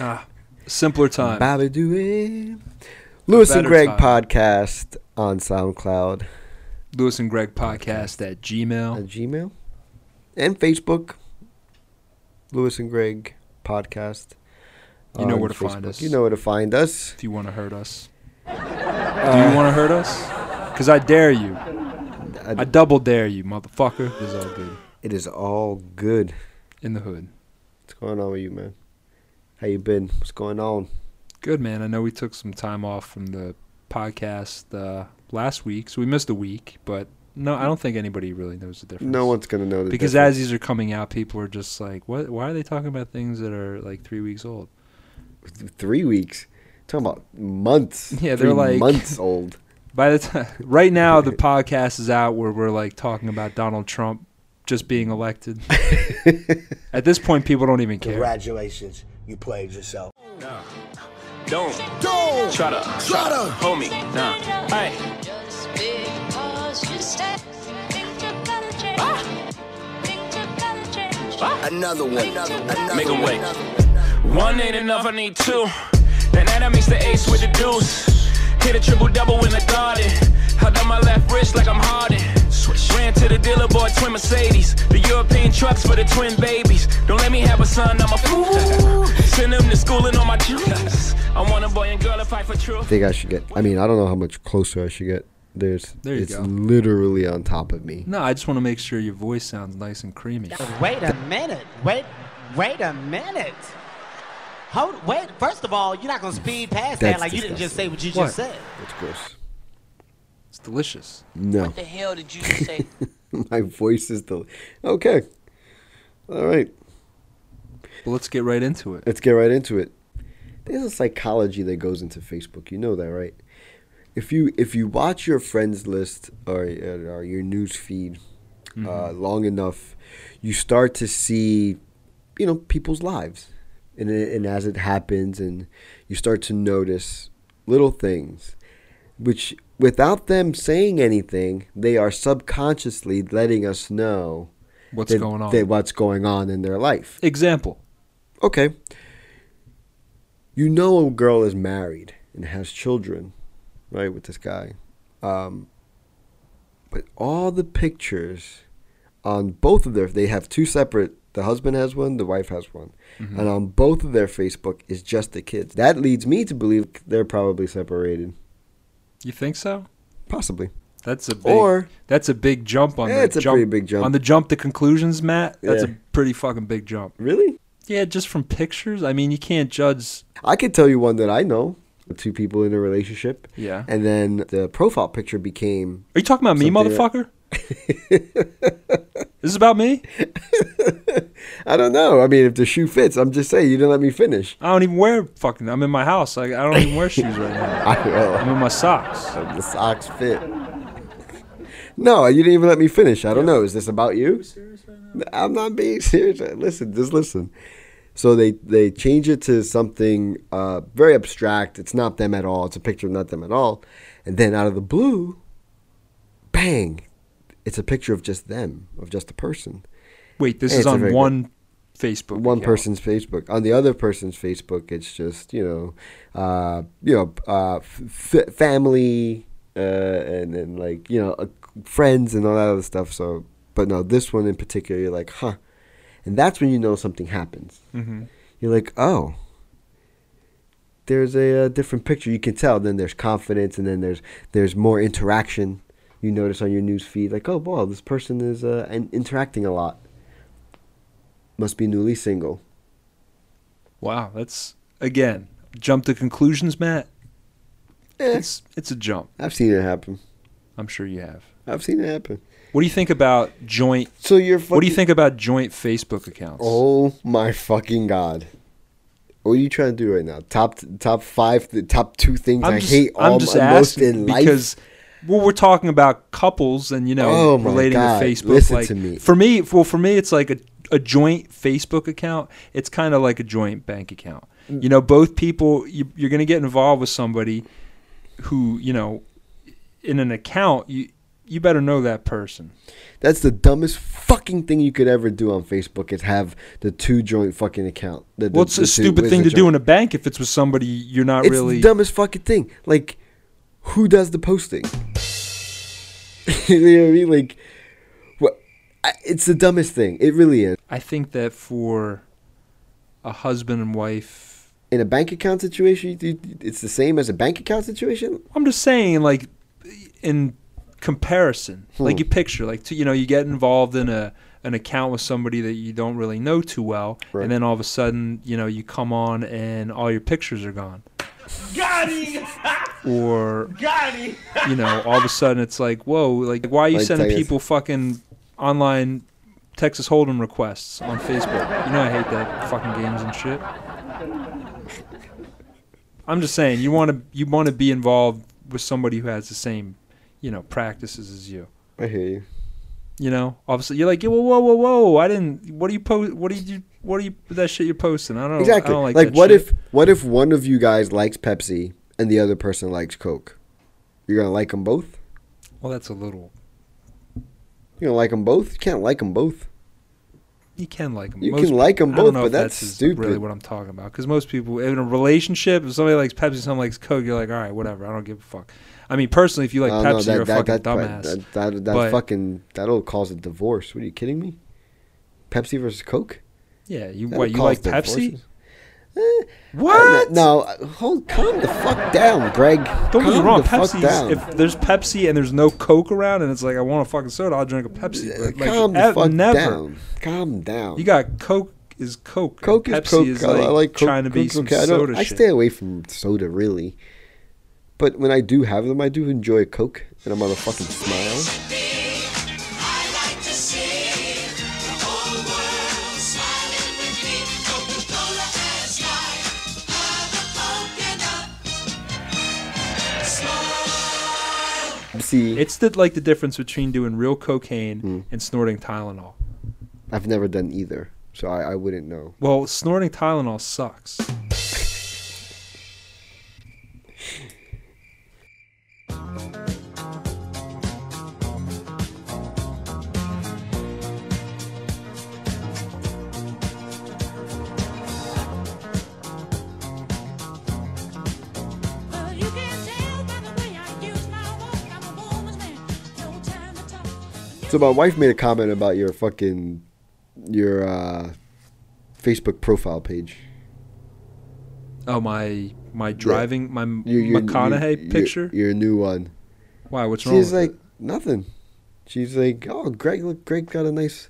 Ah, simpler time. Bobby do it. Lewis and better Greg time. podcast on SoundCloud Lewis and Greg podcast at Gmail. and Gmail and Facebook. Lewis and Greg podcast. You know on where to find us. You know where to find us. If you want to hurt us, do Uh, you want to hurt us? Because I dare you. I double dare you, motherfucker. It's all good It is all good. in the hood. What's going on with you, man? How you been? What's going on? Good man. I know we took some time off from the podcast uh, last week, so we missed a week. But no, I don't think anybody really knows the difference. No one's gonna know the because difference. as these are coming out, people are just like, "What? Why are they talking about things that are like three weeks old?" three weeks. Talking about months. Yeah, they're Three like- months old. By the time right now, the podcast is out where we're like talking about Donald Trump just being elected. At this point, people don't even care. Congratulations, you played yourself. Don't Go! try to Try to hold me. Nah. Hey, Just because you said things are gonna change. Ah. Things are gonna change. Another one, another one, another Make 'em one, wait. another one. one ain't enough, I need two. Then that makes the ace with the deuce. Hit a triple double in the garden. Held on my left wrist like I'm Harden. Switch. Ran to the dealer, bought twin Mercedes. The European trucks for the twin babies. Don't let me have a son, I'm a fool. Send him to school and on my juice. I want a boy and girl to fight for truth. think I should get. I mean, I don't know how much closer I should get. There's, There you it's go. literally on top of me. No, I just want to make sure your voice sounds nice and creamy. Wait a minute. Wait, wait a minute. Hold, wait. First of all, you're not gonna speed past That's that like you didn't just disgusting. say what you What? just said. That's gross. It's delicious. No, the hell did you just say? my voice is the. Okay, all right. But let's get right into it. Let's get right into it. There's a psychology that goes into Facebook. You know that, right? If you if you watch your friends list or or your news feed uh, Mm-hmm. long enough, you start to see, you know, people's lives, and it- and as it happens, and you start to notice little things, which without them saying anything, they are subconsciously letting us know What's that- going on? that what's going on in their life Example. okay, you know a girl is married and has children, right, with this guy. Um, but all the pictures on both of their, they have two separate, the husband has one, the wife has one. And on both of their Facebook is just the kids. That leads me to believe they're probably separated. You think so? Possibly. That's a big, Or- that's a big jump on Yeah, the it's a jump, pretty big jump. on the jump to conclusions, Matt. That's Yeah. a pretty fucking big jump. Really? Yeah, just from pictures. I mean, you can't judge. I could tell you one that I know. Two people in a relationship. Yeah. And then the profile picture became Are you talking about me, Something that- motherfucker? this is about me. I don't know. I mean, if the shoe fits, I'm just saying you didn't let me finish. I don't even wear fucking. I'm in my house. Like I don't even wear shoes right now. I will. I'm in my socks. The socks fit. No, you didn't even let me finish. I don't know. Is this about you? I'm not being serious. Listen, just listen. So they they change it to something uh, very abstract. It's not them at all. It's a picture of not them at all. And then out of the blue, bang, it's a picture of just them, of just a person. Wait, this Hey, is it's a on very one Facebook. one account. person's Facebook. On the other person's Facebook, it's just you know, uh, you know, uh, f- f- family uh, and then like you know, uh, friends and all that other stuff. So, but no, this one in particular, you're like, huh, and that's when you know something happens. Mm-hmm. You're like, oh. There's a, uh different picture. You can tell. Then there's confidence, and then there's there's more interaction. You notice on your news feed, like, oh, wow, this person is uh, in- interacting a lot. Must be newly single. Wow, that's again jump to conclusions, Matt. Eh. It's it's a jump. I've seen it happen. I'm sure you have. I've seen it happen. What do you think about joint? So you're. Fucking, What do you think about joint Facebook accounts? Oh my fucking god! What are you trying to do right now? Top top five, the top two things i hate all just my, most asking in life. because well, we're talking about couples and you know Oh my relating God, to Facebook. listen like to me. for me, well, for me, it's like a a joint Facebook account. It's kind of like a joint bank account. Mm. You know, both people you, you're going to get involved with somebody who you know in an account you you better know that person. That's the dumbest fucking thing you could ever do on Facebook is have the two joint fucking account. The, the, Well, it's a the two- stupid where's thing the to do in joint? a bank if it's with somebody you're not it's really. the dumbest fucking thing. Like, who does the posting? you know what I mean? Like, what? I, it's the dumbest thing. It really is. I think that for a husband and wife In a bank account situation, you- you- it's the same as a bank account situation. I'm just saying, like, in comparison, like you picture, like, to, you know, you get involved in a an account with somebody that you don't really know too well, Right. and then all of a sudden, you know, you come on and all your pictures are gone. Or, you know, all of a sudden it's like, whoa, like, why are you Like, sending take it- people fucking online Texas Hold'em requests on Facebook? You know, I hate that fucking games and shit. I'm just saying you want to you want to be involved with somebody who has the same, you know, practices as you. I hear you. You know, obviously you're like, yeah, whoa, whoa, whoa, whoa! I didn't. What do you post? What do you? What do you? That shit you're posting. I don't. Exactly. I don't like, like, that what shit. if what if one of you guys likes Pepsi and the other person likes Coke? You're gonna like them both. Well, that's a little. You're gonna like them both. You can't like them both. You can like them. You can like 'em both, but that's Really, stupid. what I'm talking about? Because most people in a relationship, if somebody likes Pepsi, someone likes Coke, you're like, all right, whatever. I don't give a fuck. I mean, personally, if you like I don't Pepsi, you're a fucking dumbass. That, that, that, But- fucking that'll cause a divorce. What are you kidding me? Pepsi versus Coke. yeah, you That'll what? You cause like Pepsi? Eh, divorces. What? No, uh, hold calm the fuck down, Greg. Don't get me Calm wrong, the fuck Pepsi's down. if there's Pepsi and there's no Coke around and it's like I want a fucking soda, I'll drink a Pepsi. But like calm the ev- fuck never. down. Calm down. You got Coke is Coke. and Coke Pepsi is Coke. I- like, I like Coke. trying to be Coke's some okay. I, don't- soda I shit. stay away from soda really, but when I do have them, I do enjoy a Coke and a motherfucking smile. See, It's the like the difference between doing real cocaine Hmm. and snorting Tylenol. I've never done either, so I, I wouldn't know. Well, snorting Tylenol sucks. Well, you can tell by the way I use my walk. I'm a woman's man. No time to talk. So my wife made a comment about your fucking your uh, Facebook profile page. Oh my my driving my M- Your, your, McConaughey your- your- picture. Your, new one. Why? What's wrong? She's with like it? nothing. She's like, oh, Greg, look, Greg got a nice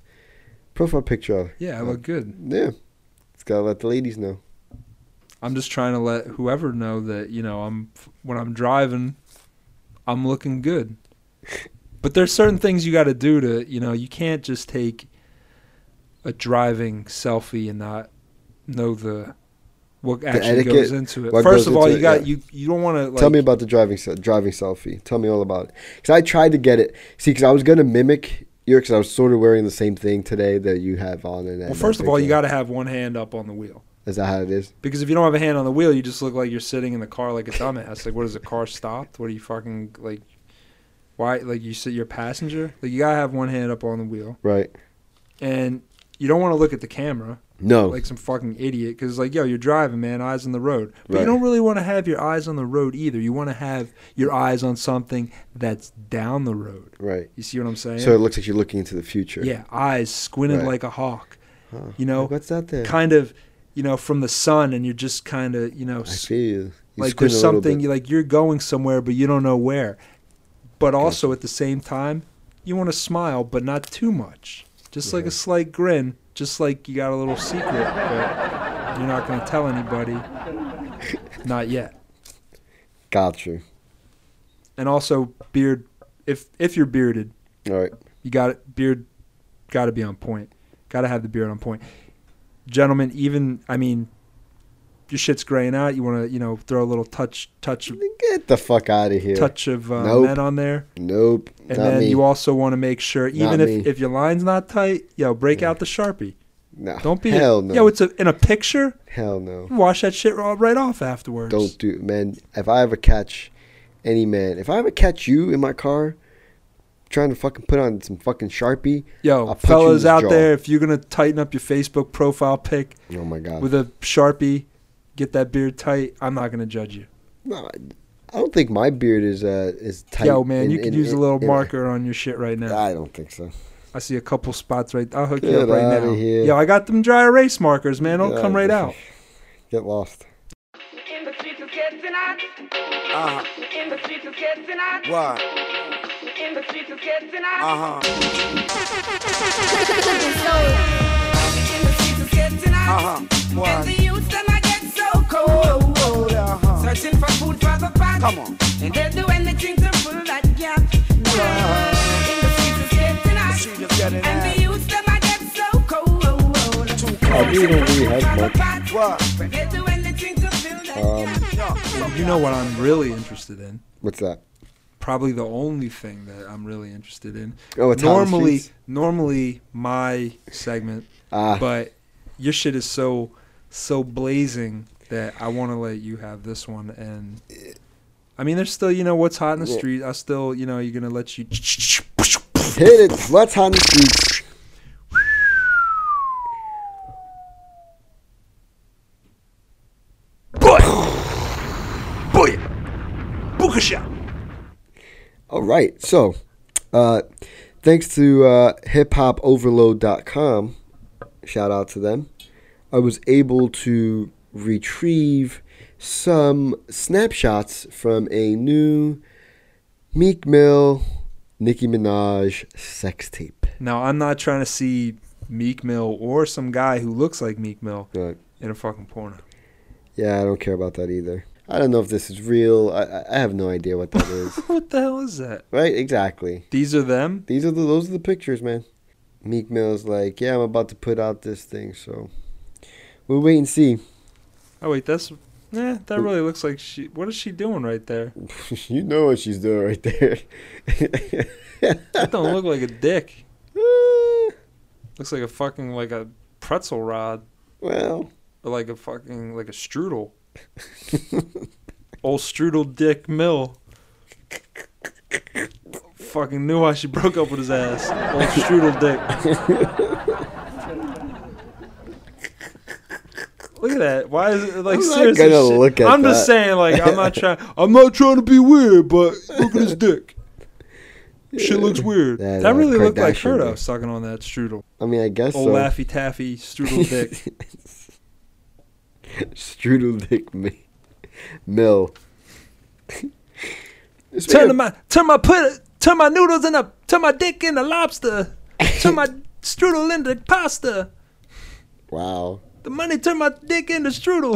profile picture. of- yeah, I look good. Yeah, it's gotta let the ladies know. I'm just trying to let whoever know that you know I'm when I'm driving, I'm looking good. But there's certain things you got to do to you know you can't just take a driving selfie and not know the what actually etiquette, goes into it. what First goes of all, into you it, got yeah. you you don't want to like Tell me about the driving se- driving selfie. Tell me all about it. Cause I tried to get it. See, cause I was gonna mimic your. Cause I was sort of wearing the same thing today that you have on. And well. First of all, you got to have one hand up on the wheel Is that how it is? because if you don't have a hand on the wheel, you just look like you're sitting in the car like a dumbass. like, what is the car stopped? What are you fucking like? Why like you sit your passenger? Like you gotta have one hand up on the wheel. Right. and you don't want to look at the camera No. like some fucking idiot because like yo you're driving man eyes on the road but you Right. don't really want to have your eyes on the road either you want to have your eyes on something that's down the road right. you see what i'm saying So it looks like you're looking into the future. yeah eyes squinted Right. like a hawk you know Like, what's out there? kind of you know from the sun and you're just kind of you know I s- see you. You like squint there's a little something bit. you like you're going somewhere but you don't know where but also at the same time you want to smile but not too much just like a slight grin just like you got a little secret but you're not going to tell anybody not yet Got you. and also beard if if you're bearded All right. you got it beard got to be on point got to have the beard on point gentlemen even i mean your shit's graying out. You want to you know throw a little touch touch Get the fuck out of here. touch of uh, Nope. men on there, Nope. and not then me. you also want to make sure even Not if, me. if your line's not tight, yo break out the sharpie. no. Don't be Hell no. Yo, it's a, in a picture. Hell no. Wash that shit raw- right off afterwards. Don't do man. If I ever catch any man, if I ever catch you in my car trying to fucking put on some fucking sharpie, Yo, I'll put you in fellas his out jaw. there, if you're gonna tighten up your Facebook profile pic Oh my god. with a sharpie, get that beard tight. I'm not gonna judge you. No, I don't think my beard is uh is tight. Yo, man, in- you could in- use a in- little in- marker on your shit right now. I don't think so. I see a couple spots right. I'll hook you Get up right outta now. here. Yo, I got them dry erase markers, man. Don't Yeah, come right this out. is- Get lost. Uh-huh. What? Uh-huh. Uh-huh. What? Searching for food for the body. Uh-huh. Come on. And they'll do anything to fill that gap. In the streets is getting hot. Uh-huh. street is getting And hot. the youths, them I get so cold. Oh, we don't really have much. What? Uh-huh. Searching for food for the body. But they'll do anything to fill that gap. You know what I'm really interested in? Um, What's that? Probably the only thing that I'm really interested in. Oh, it's hot on the normally, streets? normally my segment, Ah. but your shit is so so blazing that I want to let you have this one. And I mean, there's still you know what's hot in the Yeah. street. I still you know you're gonna let you. Hit it. Let's on the streets. Boy, bookasha. All right. So, uh, thanks to uh, hiphopoverload.com, shout out to them, I was able to retrieve some snapshots from a new Meek Mill Nicki Minaj sex tape. Now I'm not trying to see Meek Mill or some guy who looks like Meek Mill Right. in a fucking porno. Yeah, I don't care about that either. I don't know if this is real. I, I- I have no idea what that is. What the hell is that? right? Exactly. These are them. These are the those are the pictures, man. Meek Mill's like, yeah, I'm about to put out this thing, so we'll wait and see. Oh wait, that's eh, that really looks like she what is she doing right there? you know what she's doing right there. That don't look like a dick. Uh, Looks like a fucking like a pretzel rod well, or like a fucking like a strudel. Old strudel dick mill. fucking knew why she broke up with his ass. Old strudel dick. Look at that. Why is it like I'm not seriously? gonna shit- look at I'm just that. saying like I'm not trying I'm not trying to be weird, but look at his dick. Shit looks weird. That, That, uh, really looked like Kardashian her though, dick. sucking on that strudel. I mean, I guess Old so. Laffy Taffy strudel dick. Strudel Dick Mi- Mill. turn my turn my put turn my noodles in a turn my dick in a lobster. Turn my strudel into pasta. Wow. The money turn my dick into strudel.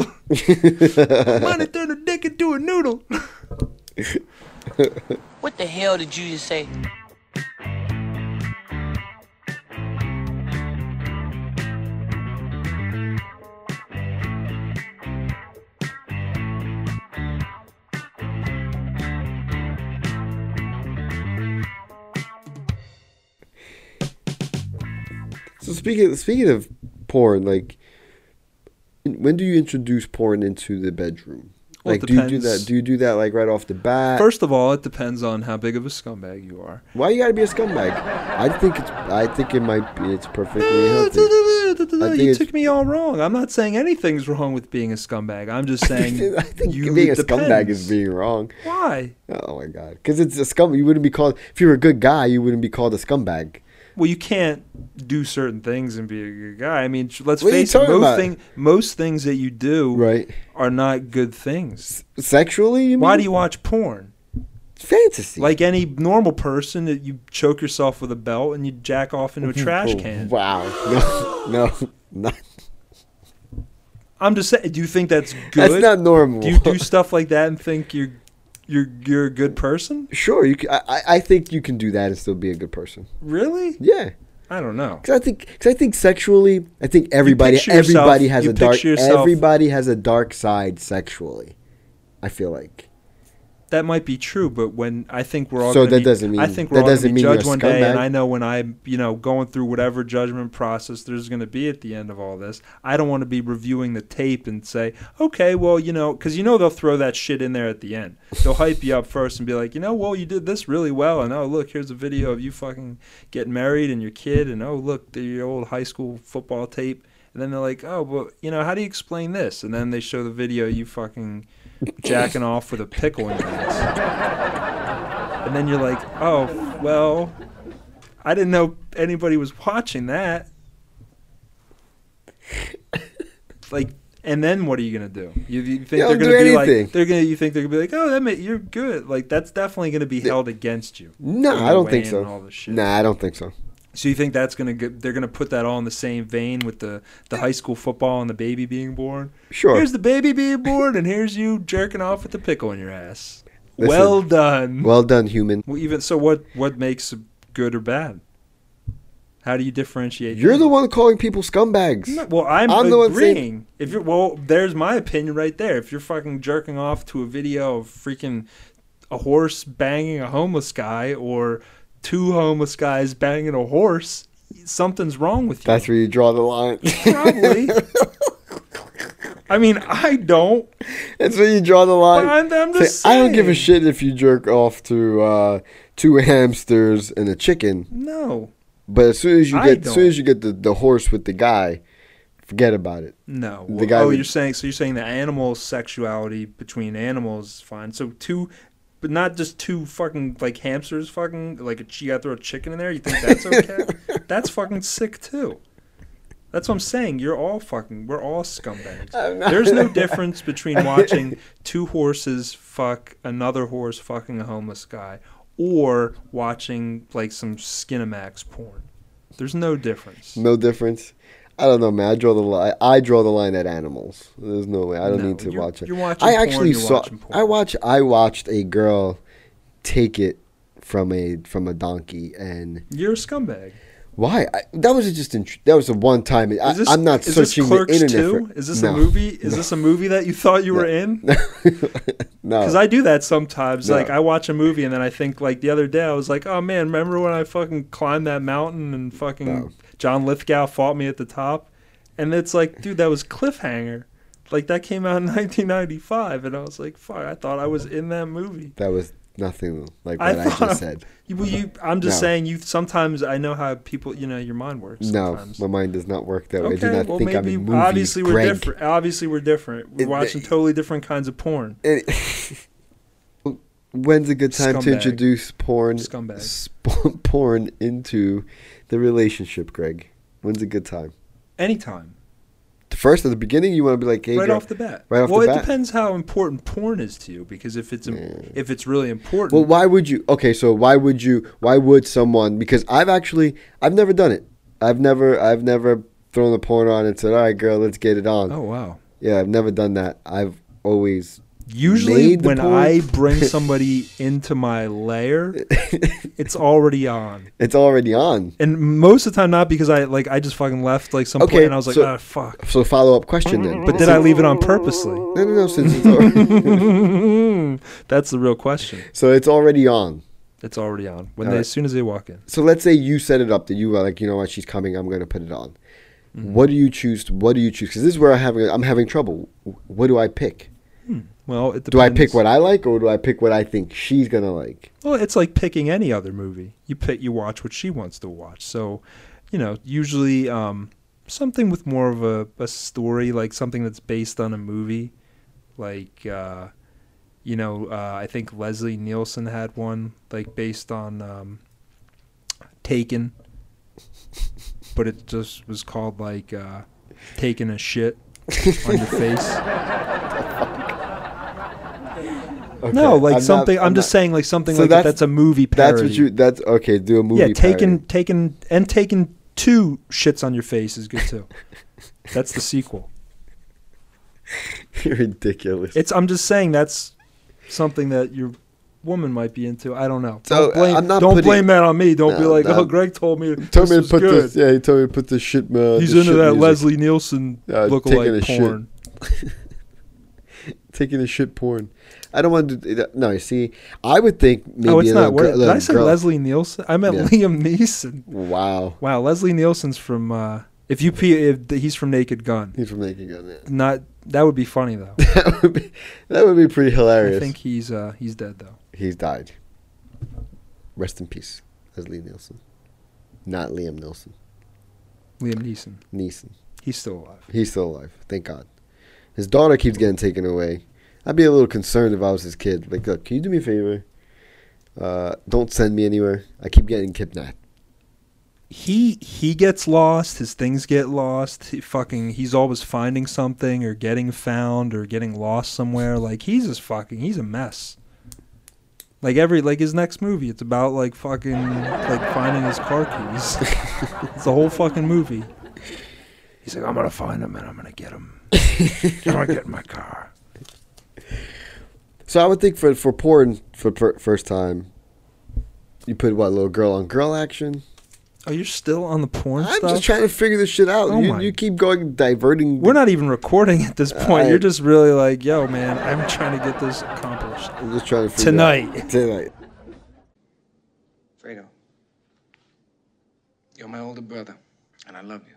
money turn the dick into a noodle. What the hell did you just say? So speaking speaking of porn, like when do you introduce porn into the bedroom? Well, Like it do you do depends. that? Do you do that like right off the bat? First of all, it depends on how big of a scumbag you are. Why you gotta be a scumbag? I think it's I think it might be it's Uh, perfectly healthy. think You it's- took me all wrong. I'm not saying anything's wrong with being a scumbag. I'm just saying I think you being a depends. scumbag is being wrong. why. Oh my god, because it's a scum. You wouldn't be called if you were a good guy. You wouldn't be called a scumbag. Well, you can't do certain things and be a good guy. I mean, tr- let's What are you face it. talking Most, about? thing, most things that you do Right. mm. are not good things. Sexually, you Why mean? do you watch porn? fantasy? Like any normal person, that you choke yourself with a belt and you jack off into a Mm-hmm. trash can. Oh, wow, no, no, not, I'm just saying. Do you think that's good? that's not normal. do you do stuff like that and think you're you're you're a good person? sure, you. Can, I I- I think you can do that and still be a good person. Really? Yeah, I don't know. Because I think, cause I think sexually, I think everybody, picture yourself- everybody has you a dark, picture yourself- everybody has a dark side sexually. I feel like. That might be true, but when I think we're all So gonna that be- doesn't mean- I think that we're all doesn't gonna be mean you're a judged one day, and scumbag. I know when I'm you know going through whatever judgment process there's going to be at the end of all this, I don't want to be reviewing the tape and say, okay, well you know, because you know they'll throw that shit in there at the end. They'll hype you up first and be like, you know, well you did this really well, and oh look, here's a video of you fucking getting married and your kid, and oh look, the your old high school football tape. And then they're like, oh, well, you know, how do you explain this? And then they show the video you fucking jacking off with a pickle in your ass. And then you're like, oh, well, I didn't know anybody was watching that. Like, and then what are you gonna do? You, you think Yeah, they're don't gonna do be anything. like they're gonna? You think they're gonna be like, oh, that ma- you're good. Like that's definitely gonna be held against you. No, when I you don't weigh think in so. on all this shit. Nah, I don't think so. So you think that's gonna get, they're gonna put that all in the same vein with the the high school football and the baby being born? Sure. Here's the baby being born, and here's you jerking off with the pickle in your ass. Listen. well done. Well, Well done, human. even so, what what makes good or bad? How do you differentiate? You're that? the one calling people scumbags. No, well, I'm, I'm the one saying- agreeing. if you're well, there's my opinion right there. If you're fucking jerking off to a video of freaking a horse banging a homeless guy or two homeless guys banging a horse, something's wrong with you. That's where you draw the line. Probably. I mean, I don't. That's where you draw the line. But I'm- I'm Say, just I don't give a saying. shit if you jerk off to uh, two hamsters and a chicken, No, but as soon as you I get, as soon don't. as you get the, the horse with the guy, forget about it. no. The guy oh, that- you're saying so? You're saying the animal sexuality between animals is fine. So two, but not just two fucking like hamsters. Fucking like a, you got to throw a chicken in there. You think that's okay? that's fucking sick too. That's what I'm saying. You're all fucking. We're all scumbags. There's no difference between watching two horses fuck another horse fucking a homeless guy or watching like some Skinamax porn. There's no difference. No difference. I don't know, man. I draw the line. I draw the line at animals. There's no way. I don't No, need to you're- watch it. you're watching I porn, actually you're saw. watching porn. I watch. I watched a girl take it from a from a donkey, and You're a scumbag. why? I, that was just. Int- that was a one time. I, Is this, I'm not is searching this the Clerks internet. 2? for- Is this a No. movie? Is this a movie that you thought you were in? No. Because I do that sometimes. No. Like I watch a movie and then I think like the other day I was like, oh man, remember when I fucking climbed that mountain and fucking No. John Lithgow fought me at the top? And it's like, dude, that was cliffhanger. Like that came out in 1995, and I was like, fuck, I thought I was in that movie. That was nothing like I what I, thought- just said. You, well, you, I'm just No. saying, you sometimes I know how people, you know, your mind works. Sometimes. No, my mind does not work that way. I do Okay, not well, think I'm maybe- in movies, obviously we're Greg. different. Obviously we're different. We're It- watching it- totally different kinds of porn. When's a good time to Scumbag. introduce porn Scumbag. sp- porn into the relationship, Greg? When's a good time? Anytime, First at the beginning, you want to be like, hey, right girl- off the bat. right off well, the it bat. depends how important porn is to you because if it's im- if it's really important, Well, why would you? Okay, so why would you? Why would someone? Because I've actually, I've never done it. I've never, I've never thrown the porn on and said, all right, girl, let's get it on. oh wow. Yeah, I've never done that. I've always Usually, made the when porn. I bring somebody into my lair, it's already on. It's already on. And most of the time, not because I like I just fucking left like some Okay, point and I was like, so- ah, fuck. So follow up question then. But did I leave it on purposely? Hmm. No, no, no. Since it's already, That's the real question. so it's already on. It's already on when All they, right. as soon as they walk in. So let's say you set it up that you were like, you know what, she's coming. I'm gonna put it on. Mm-hmm. What do you choose? What do you choose? Because this is where I'm having I'm having trouble. What do I pick? Well, it depends. Do I pick what I like or do I pick what I think she's gonna like? Well, it's like picking any other movie. You pick, you watch what she wants to watch. So, you know, usually um, something with more of a, a story, like something that's based on a movie. Like, uh, you know, uh, I think Leslie Nielsen had one, like based on um, Taken, but it just was called like uh, Taking a Shit on Your Face. No, like Okay, I'm not- something. I'm, just not- saying, like something So like that, that's- that's a movie parody. That's what you. That's okay. Do a movie. yeah, taking parody. taking and taking two shits on your face is good too. that's the sequel. You're ridiculous. It's. I'm just saying that's something that you're woman might be into. I don't know. So, don't blame, I'm not don't putting- blame that on me. Don't be No, like, no. oh, Greg told me. Told Told me to put good. this. Yeah, he told me to put this shit. Uh, He's this into shit that music. Leslie Nielsen Uh, taking a lookalike shit. porn. taking a shit porn. I don't want to. No, you see, I would think maybe. Oh, it's a not. little What, girl- did I little say girl- Leslie Nielsen? I meant Yeah. Liam Neeson. Wow, Wow, Leslie Nielsen's from. Uh, if you pee, if he's from Naked Gun. he's from making gun. Yeah. Not that would be funny though. That would be that would be pretty I hilarious. think he's uh, he's dead though. He's died. Rest in peace, Leslie Nielsen. Not Liam Nielsen. Liam Neeson. Neeson. He's still alive. He's still alive. Thank God. His daughter keeps getting taken away. I'd be a little concerned if I was his kid. Like, look, can you do me a favor? Uh, don't send me anywhere. I keep getting kidnapped. He he gets lost. His things get lost. He fucking he's always finding something or getting found or getting lost somewhere. Like he's just fucking he's a mess. Like every like his next movie, it's about like fucking like finding his car keys. it's the whole fucking movie. He's like, I'm gonna find him and I'm gonna get him. I'm gonna get in my car. So I would think for for porn for per, first time, you put what little girl on girl action. Oh, you're still on the porn I'm stuff. just trying to figure this shit out. Oh you, my- you keep going diverting. We're not even recording at this point. I- You're just really like, yo, man, I'm trying to get this accomplished. I'm just trying to figure it Tonight. out. tonight. Fredo, you're my older brother, and I love you.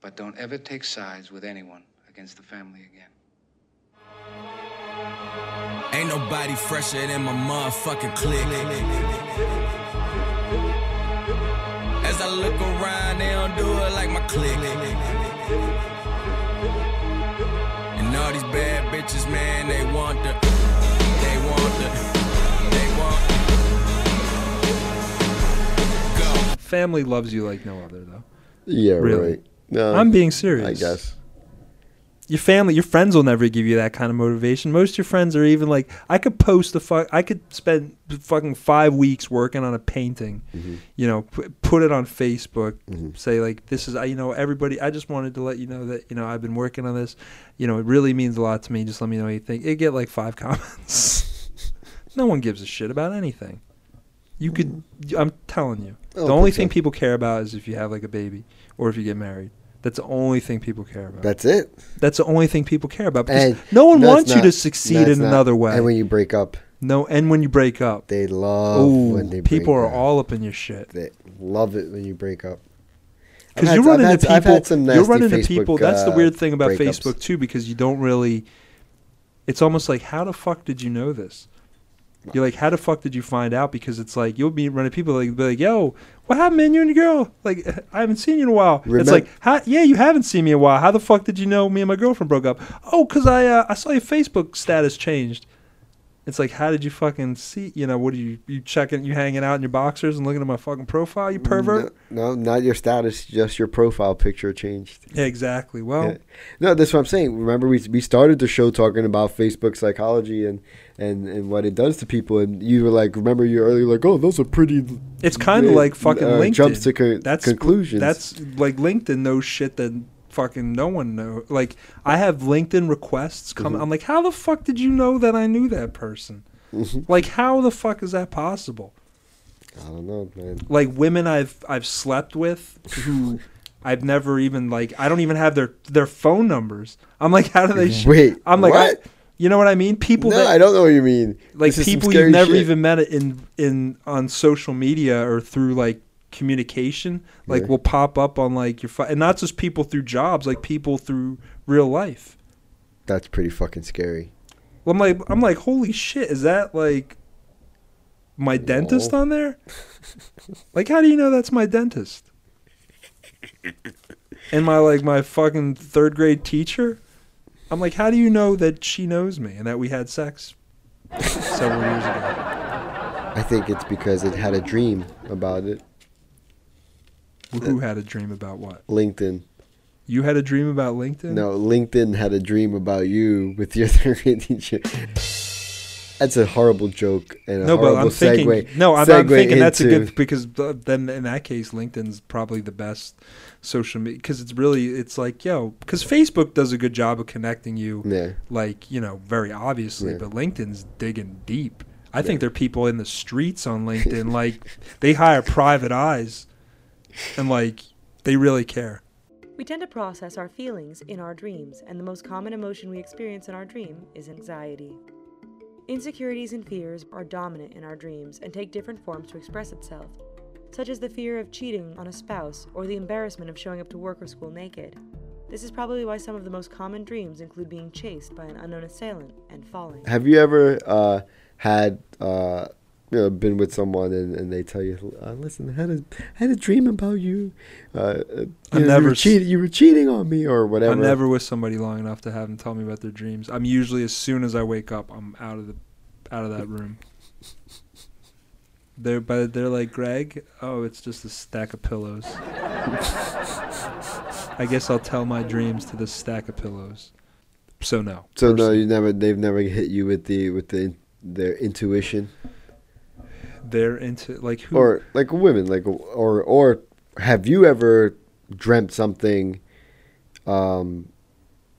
But don't ever take sides with anyone against the family again. Ain't nobody fresher than my motherfucking clique. As I look around, they don't do it like my clique. And all these bad bitches, man, they want the, they want the, they want. Go. Family loves you like no other, though. Yeah, Really. right. No, I'm being serious. Uh, I guess. Your family, your friends will never give you that kind of motivation. Most of your friends are even like, I could post the fuck, I could spend fucking five weeks working on a painting, you know, p- put it on Facebook, say like, this is, I- you know, everybody, I just wanted to let you know that, you know, I've been working on this. You know, it really means a lot to me. Just let me know what you think. It get like five comments. no one gives a shit about anything. You could. I'm telling you. I don't the only think thing so. people care about is if you have like a baby or if you get married. That's the only thing people care about. That's it. That's the only thing people care about. Because And- no one no, it's wants you not. to No, succeed it's in not. another way. And when you break up, no, and when you break up, they love oh, when they break people are up. all up in your shit. They love it when you break up. I've Because had- you I've run into had- people. I've had some you nasty run into Facebook, people. That's the uh, weird thing about breakups. Facebook too, because you don't really. It's almost like how the fuck did you know this? You're like, how the fuck did you find out? Because it's like you'll be running people like be like, yo, what happened, man? You and your girl? Like, I haven't seen you in a while. it's Remem- like, how, yeah, you haven't seen me in a while. How the fuck did you know me and my girlfriend broke up? Oh, cause I uh, I saw your Facebook status changed. It's like, how did you fucking see? You know, what are you you checking? You hanging out in your boxers and looking at my fucking profile? You pervert. No, no, not your status, just your profile picture changed. Yeah, exactly. Well. Yeah. No, that's what I'm saying. Remember, we, we started the show talking about Facebook psychology and, and, and what it does to people. And you were like, remember, you earlier like, oh, those are pretty. It's kind of uh, like fucking uh, LinkedIn. Jumps to co- conclusions. That's like LinkedIn knows shit that fucking no one know. Like I have LinkedIn requests come. Mm-hmm. I'm like, how the fuck did you know that I knew that person? Mm-hmm. Like, how the fuck is that possible? I don't know, man. Like women I've I've slept with who I've never even like I don't even have their their phone numbers. I'm like, how do they? sh- Wait, I'm like, I- what? you know what I mean? People no, that I don't know what you mean. like This is some people scary you've never shit. even met in in on social media or through like communication like Yeah. will pop up on like your fi- and not just people through jobs like people through real life That's pretty fucking scary. i'm like i'm like holy shit is that like my dentist No. on there like how do you know that's my dentist and my like my fucking third grade teacher i'm like how do you know that she knows me and that we had sex several years ago I think it's because it had a dream about it. Uh, Who had a dream about what? LinkedIn. You had a dream about LinkedIn? No, LinkedIn had a dream about you with your third grade teacher. that's a horrible joke and a no, horrible but I'm segue. thinking. no, I'm, I'm segue thinking that's a into- good because th- then in that case, LinkedIn's probably the best social media because it's really it's like yo because Facebook does a good job of connecting you, Yeah. like you know very obviously, Yeah. but LinkedIn's digging deep. I think there are people in the streets on LinkedIn like they hire private eyes, and like they really care. We tend to process our feelings in our dreams, and the most common emotion we experience in our dream is anxiety. Insecurities and fears are dominant in our dreams and take different forms to express itself, such as the fear of cheating on a spouse or the embarrassment of showing up to work or school naked. This is probably why some of the most common dreams include being chased by an unknown assailant and falling. Have you ever uh, had uh, you know been with someone and, and they tell you, uh, "Listen, I had a I had a dream about you. Uh, uh, you, I know, you never were s- cheat, you were cheating on me or whatever." I'm never with somebody long enough to have them tell me about their dreams. I'm usually as soon as I wake up, I'm out of the out of that room. They're but they're like Greg. Oh, it's just a stack of pillows. I guess I'll tell my dreams to this stack of pillows. So no. So no, you never. They've never hit you with the with the their intuition They're into like who or like women like or or have you ever dreamt something um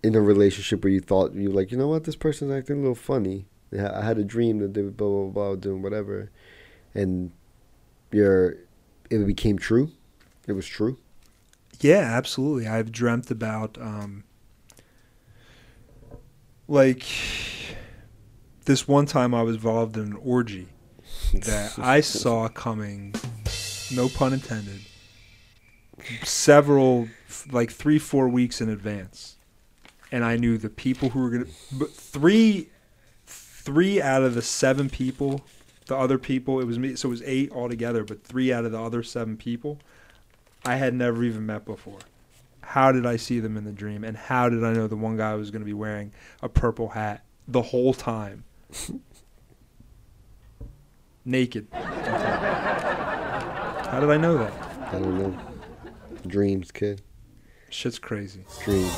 in a relationship where you thought you like you know what this person's acting a little funny I ha- I had a dream that they were blah blah blah doing whatever and your it became true it was true Yeah, absolutely. I've dreamt about um, like this one time I was involved in an orgy that I saw coming, no pun intended, several like three four weeks in advance, and I knew the people who were gonna but three three out of the seven people, the other people it was me so it was eight altogether, but three out of the other seven people I had never even met before. How did I see them in the dream? And how did I know the one guy was going to be wearing a purple hat the whole time? Naked. How did I know that? I don't know dreams kid Shit's crazy. dreams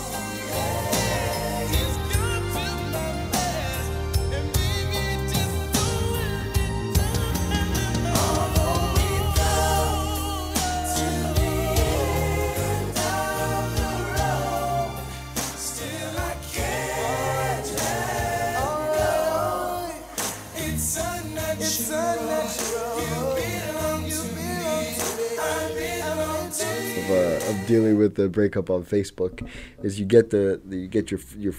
of, uh, of dealing with the breakup on Facebook is you get the, the you get your your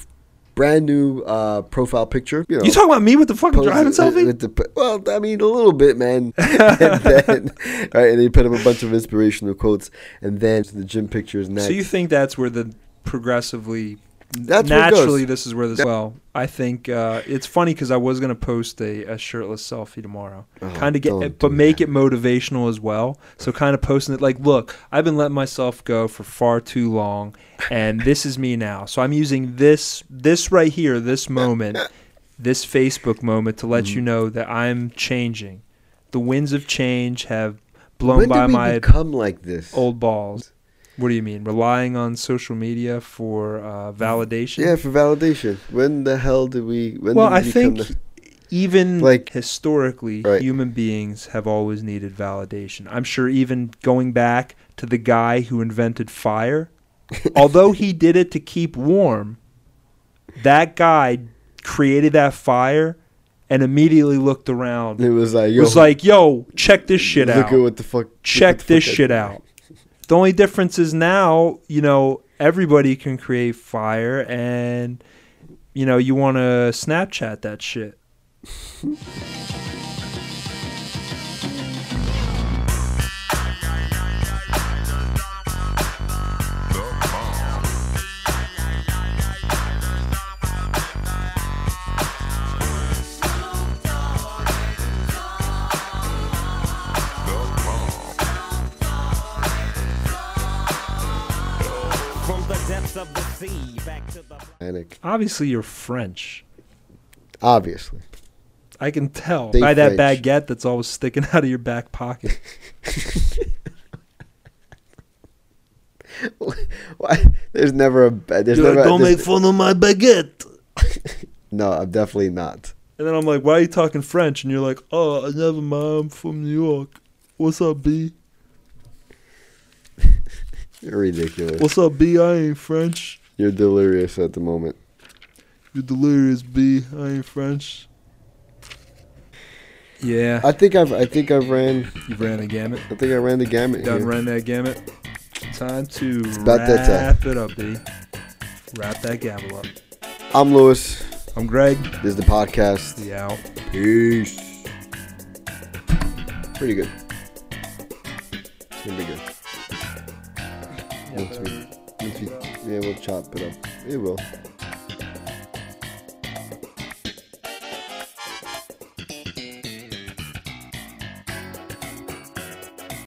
brand new uh, profile picture you know You talking about me with the fucking pose driving with- selfie? with the p- well, I mean, a little bit, man. and then, right, and they put up a bunch of inspirational quotes, and then the gym pictures next. So you think that's where the progressively That's where it goes. naturally this is where this well I think uh, it's funny because I was gonna post a, a shirtless selfie tomorrow Oh, kind of get don't it, but do make it motivational as well so kind of posting it like look I've been letting myself go for far too long and this is me now so I'm using this this right here this moment this Facebook moment to let Mm-hmm. you know that I'm changing the winds of change have blown when by did we my become like this? old balls. What do you mean? Relying on social media for uh, validation? Yeah, for validation. When the hell did we? When well, did I we become think the- even Like- like historically, Right. human beings have always needed validation. I'm sure even going back to the guy who invented fire, although he did it to keep warm, that guy created that fire and immediately looked around. it was like yo, was like, "Yo, check this shit look out." at what the fuck. look check what the this fuck I- shit out. The only difference is now, you know, everybody can create fire and you know, you want to Snapchat that shit. From the depths of the sea back to the. Panic. Obviously, you're French. Obviously, I can tell They by that French. baguette that's always sticking out of your back pocket. Why- there's never a. ba- There's You're never. like, a- don't there's- make fun of my baguette. No, I'm definitely not. And then I'm like, why are you talking French? And you're like, oh, I never mind. I'm from New York. What's up, B? You're ridiculous. What's up, B? I ain't French. You're delirious at the moment. You're delirious, B. I ain't French. Yeah. I think I've I think I've ran You ran a gamut. I think I ran the gamut. Done here. ran that gamut. Time to about wrap that time. it up, B. Wrap that gavel up. I'm Lewis. I'm Greg. This is the podcast. The owl. Peace. Pretty good. It's gonna be good. Once we, once we, yeah, we'll chop it up. It will.